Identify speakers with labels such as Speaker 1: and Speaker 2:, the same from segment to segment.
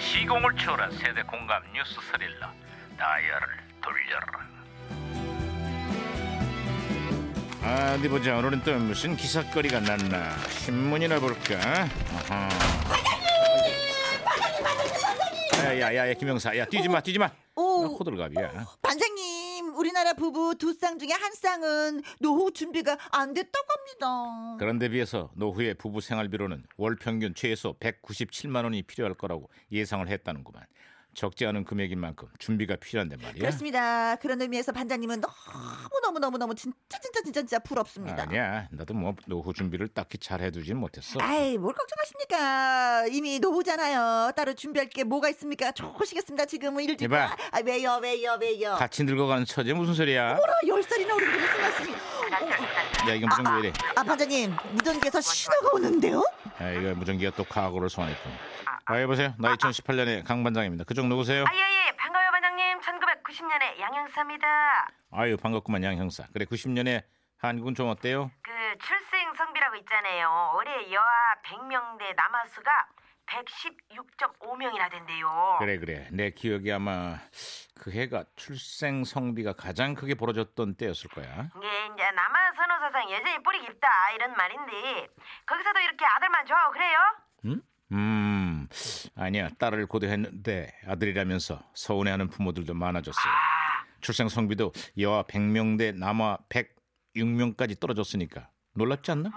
Speaker 1: 시공을 초월한 세대 공감 뉴스 스릴러 다이얼을 돌려라
Speaker 2: 아, 어디 보자. 오늘은 또 무슨 기사거리가 났나? 신문이나 볼까? 어허. 야, 야, 야, 야, 김영사, 야, 뛰지 마, 뛰지 마.
Speaker 3: 오.
Speaker 2: 나 호들갑이야.
Speaker 3: 반장님, 우리나라 부부 두 쌍 중에 한 쌍은 노후 준비가 안 됐다고 합니다.
Speaker 2: 그런데 비해서 노후의 부부 생활비로는 월 평균 최소 197만 원이 필요할 거라고 예상을 했다는구만. 적지 않은 금액인 만큼 준비가 필요한단 말이야.
Speaker 3: 그렇습니다. 그런 의미에서 반장님은 너무 너무 너무 너무 진짜 진짜 진짜 진짜 부럽습니다.
Speaker 2: 아니야, 나도 뭐 노후 준비를 딱히 잘 해두진 못했어.
Speaker 3: 아이, 뭘 걱정하십니까? 이미 노후잖아요. 따로 준비할 게 뭐가 있습니까? 좋으시겠습니다. 지금은 일찍.
Speaker 2: 이봐.
Speaker 3: 아, 왜요, 왜요, 왜요?
Speaker 2: 같이 늙어가는 처제 무슨 소리야?
Speaker 3: 뭐라 열 살이나 어린 분이 생각하시니?
Speaker 2: 야, 이거 무전기 왜 이래?
Speaker 3: 아, 반장님, 무전기에서 신호가 오는데요?
Speaker 2: 아, 이거 무전기가 또 과거를 소환했군. 아, 여보세요. 나 2018년의 강 반장입니다. 그쪽 누구세요?
Speaker 4: 아예예 반가워요 반장님 1990년에 양양사입니다
Speaker 2: 아유, 반갑구만 양 형사. 그래, 90년에 한국은 좀 어때요?
Speaker 4: 그 출생성비라고 있잖아요 올해 여아 100명대 남아수가 116.5명이나 된대요
Speaker 2: 그래, 그래. 내 기억이 아마 그 해가 출생 성비가 가장 크게 벌어졌던 때였을 거야.
Speaker 4: 예, 이게 이제 남아 선호 사상 여전히 뿌리 깊다 이런 말인데 거기서도 이렇게 아들만 좋아하고 그래요?
Speaker 2: 음, 아니야. 딸을 고대했는데 아들이라면서 서운해하는 부모들도 많아졌어요. 출생 성비도 여아 100명대 남아 106명까지 떨어졌으니까 놀랍지 않나?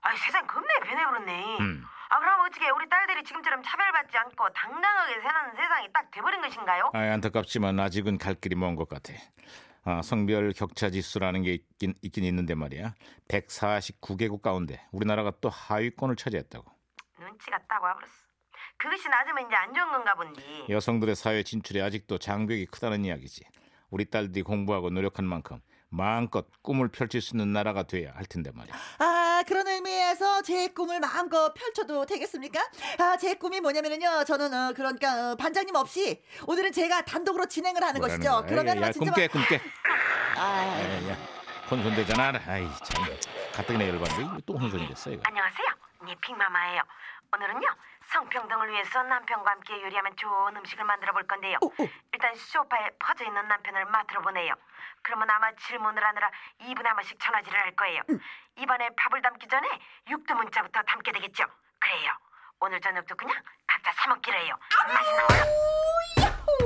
Speaker 4: 아이 세상 겁내 변해버렸네
Speaker 2: 음.
Speaker 4: 아 그럼 어떻게 우리 딸들이 지금처럼 차별받지 않고 당당하게 사는 세상이 딱 돼버린 것인가요?
Speaker 2: 아, 안타깝지만 아직은 갈 길이 먼 것 같아. 아, 성별 격차 지수라는 게 있긴, 있긴 있는데 말이야. 149개국 가운데 우리나라가 또 하위권을 차지했다고.
Speaker 4: 눈치가 딱 와버렸어 그것이 낮으면 이제 안 좋은 건가 본디
Speaker 2: 여성들의 사회 진출이 아직도 장벽이 크다는 이야기지. 우리 딸들이 공부하고 노력한 만큼 마음껏 꿈을 펼칠 수 있는 나라가 돼야 할 텐데 말이야.
Speaker 3: 아, 그런 의미에서 제 꿈을 마음껏 펼쳐도 되겠습니까? 아, 제 꿈이 뭐냐면요. 저는, 어, 그러니까, 어, 반장님 없이 오늘은 제가 단독으로 진행을 하는
Speaker 2: 뭐라는
Speaker 3: 것이죠.
Speaker 2: 거야.
Speaker 3: 그러면
Speaker 2: 야, 야,
Speaker 3: 막 진짜.
Speaker 2: 꿈깨 꿈깨.
Speaker 3: 막- 아,
Speaker 2: 야, 야. 혼손되잖아. 아이 참. 가뜩이나 열받네. 이거 또 혼손이 됐어 이거.
Speaker 4: 안녕하세요. 니핑마마예요. 오늘은요 성평등을 위해서 남편과 함께 요리하면 좋은 음식을 만들어 볼 건데요.
Speaker 3: 오, 오.
Speaker 4: 일단 소파에 퍼져 있는 남편을 맡으러 보내요. 그러면 아마 질문을 하느라 2분에 한 번씩 전화질을 할 거예요. 이번에 밥을 담기 전에 육두 문자부터 담게 되겠죠. 그래요. 오늘 저녁도 그냥 각자 사 먹기로 해요. 맛이 나와요.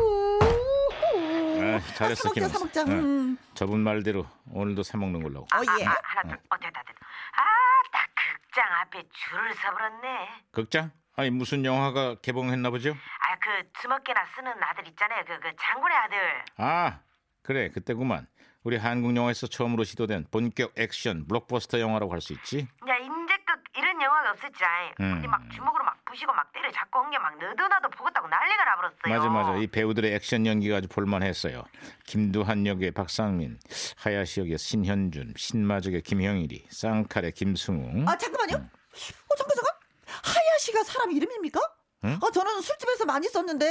Speaker 2: 아,
Speaker 3: 아,
Speaker 2: 잘했어
Speaker 3: 사먹자,
Speaker 2: 김
Speaker 3: 사먹자. 음.
Speaker 2: 저분 말대로 오늘도 사 먹는 걸로.
Speaker 3: 어, 예.
Speaker 4: 아, 아, 하나 둘 어디다 둘. 아딱 극장 앞에 줄을 서버렸네.
Speaker 2: 극장? 아니 무슨 영화가 개봉했나 보죠?
Speaker 4: 아 그 주먹개나 쓰는 아들 있잖아요. 그 그 장군의 아들.
Speaker 2: 아 그래 그때구만 우리 한국 영화에서 처음으로 시도된 본격 액션 블록버스터 영화라고 할 수 있지
Speaker 4: 야 인제껏 이런 영화가 없었지라잉
Speaker 2: 음.
Speaker 4: 근데 막 주먹으로 막 부시고 막 때려 잡고 한 게 막 너도나도 보겠다고 난리가 나버렸어요
Speaker 2: 맞아 맞아 이 배우들의 액션 연기가 아주 볼만했어요 김두한 역의 박상민 하야시 역의 신현준 신마적의 김형일이 쌍칼의 김승우
Speaker 3: 아, 잠깐만요. 어, 잠깐, 잠깐. 하야시가 사람 이름입니까?
Speaker 2: 응?
Speaker 3: 아, 저는 술집에서 많이 썼는데.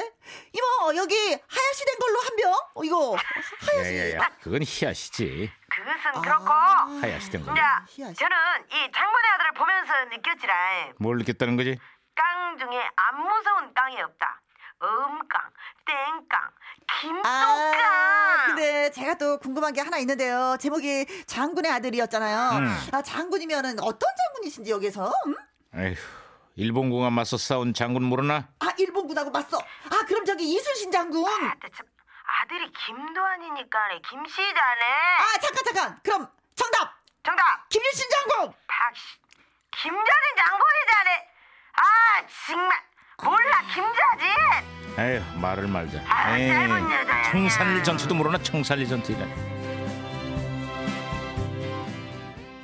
Speaker 3: 이모, 여기 하야시 된 걸로 한 병? 어, 이거.
Speaker 2: 예,
Speaker 3: 하야시.
Speaker 2: 야야야 그건 히야시지
Speaker 4: 그것은
Speaker 3: 아.
Speaker 4: 그렇고
Speaker 2: 하야시 된 거지
Speaker 4: 자
Speaker 3: 희한하시-
Speaker 4: 저는 이 장군의 아들을 보면서 느꼈지라잉
Speaker 2: 뭘 느꼈다는 거지?
Speaker 4: 깡 중에 안 무서운 깡이 없다 음깡 땡깡 김똥깡
Speaker 3: 아, 근데 제가 또 궁금한 게 하나 있는데요. 제목이 장군의 아들이었잖아요.
Speaker 2: 음.
Speaker 3: 아, 장군이면은 어떤 장군이신지 여기서? 음?
Speaker 2: 에휴 일본 공항 맞서 싸운 장군 모르나?
Speaker 3: 아, 일본군하고 맞서. 아, 그럼 저기 이순신 장군.
Speaker 4: 아, 근데 참, 아들이 김도환이니까 김씨자네
Speaker 3: 아, 잠깐 잠깐. 그럼 정답.
Speaker 4: 정답
Speaker 3: 김유신 장군.
Speaker 4: 박씨 김자진 장군이자네 아 정말 몰라 김자진
Speaker 2: 에휴 말을 말자
Speaker 4: 아,
Speaker 2: 에이,
Speaker 4: 짧은 여자야,
Speaker 2: 청산리
Speaker 4: 그냥.
Speaker 2: 전투도 모르나 청산리 전투이라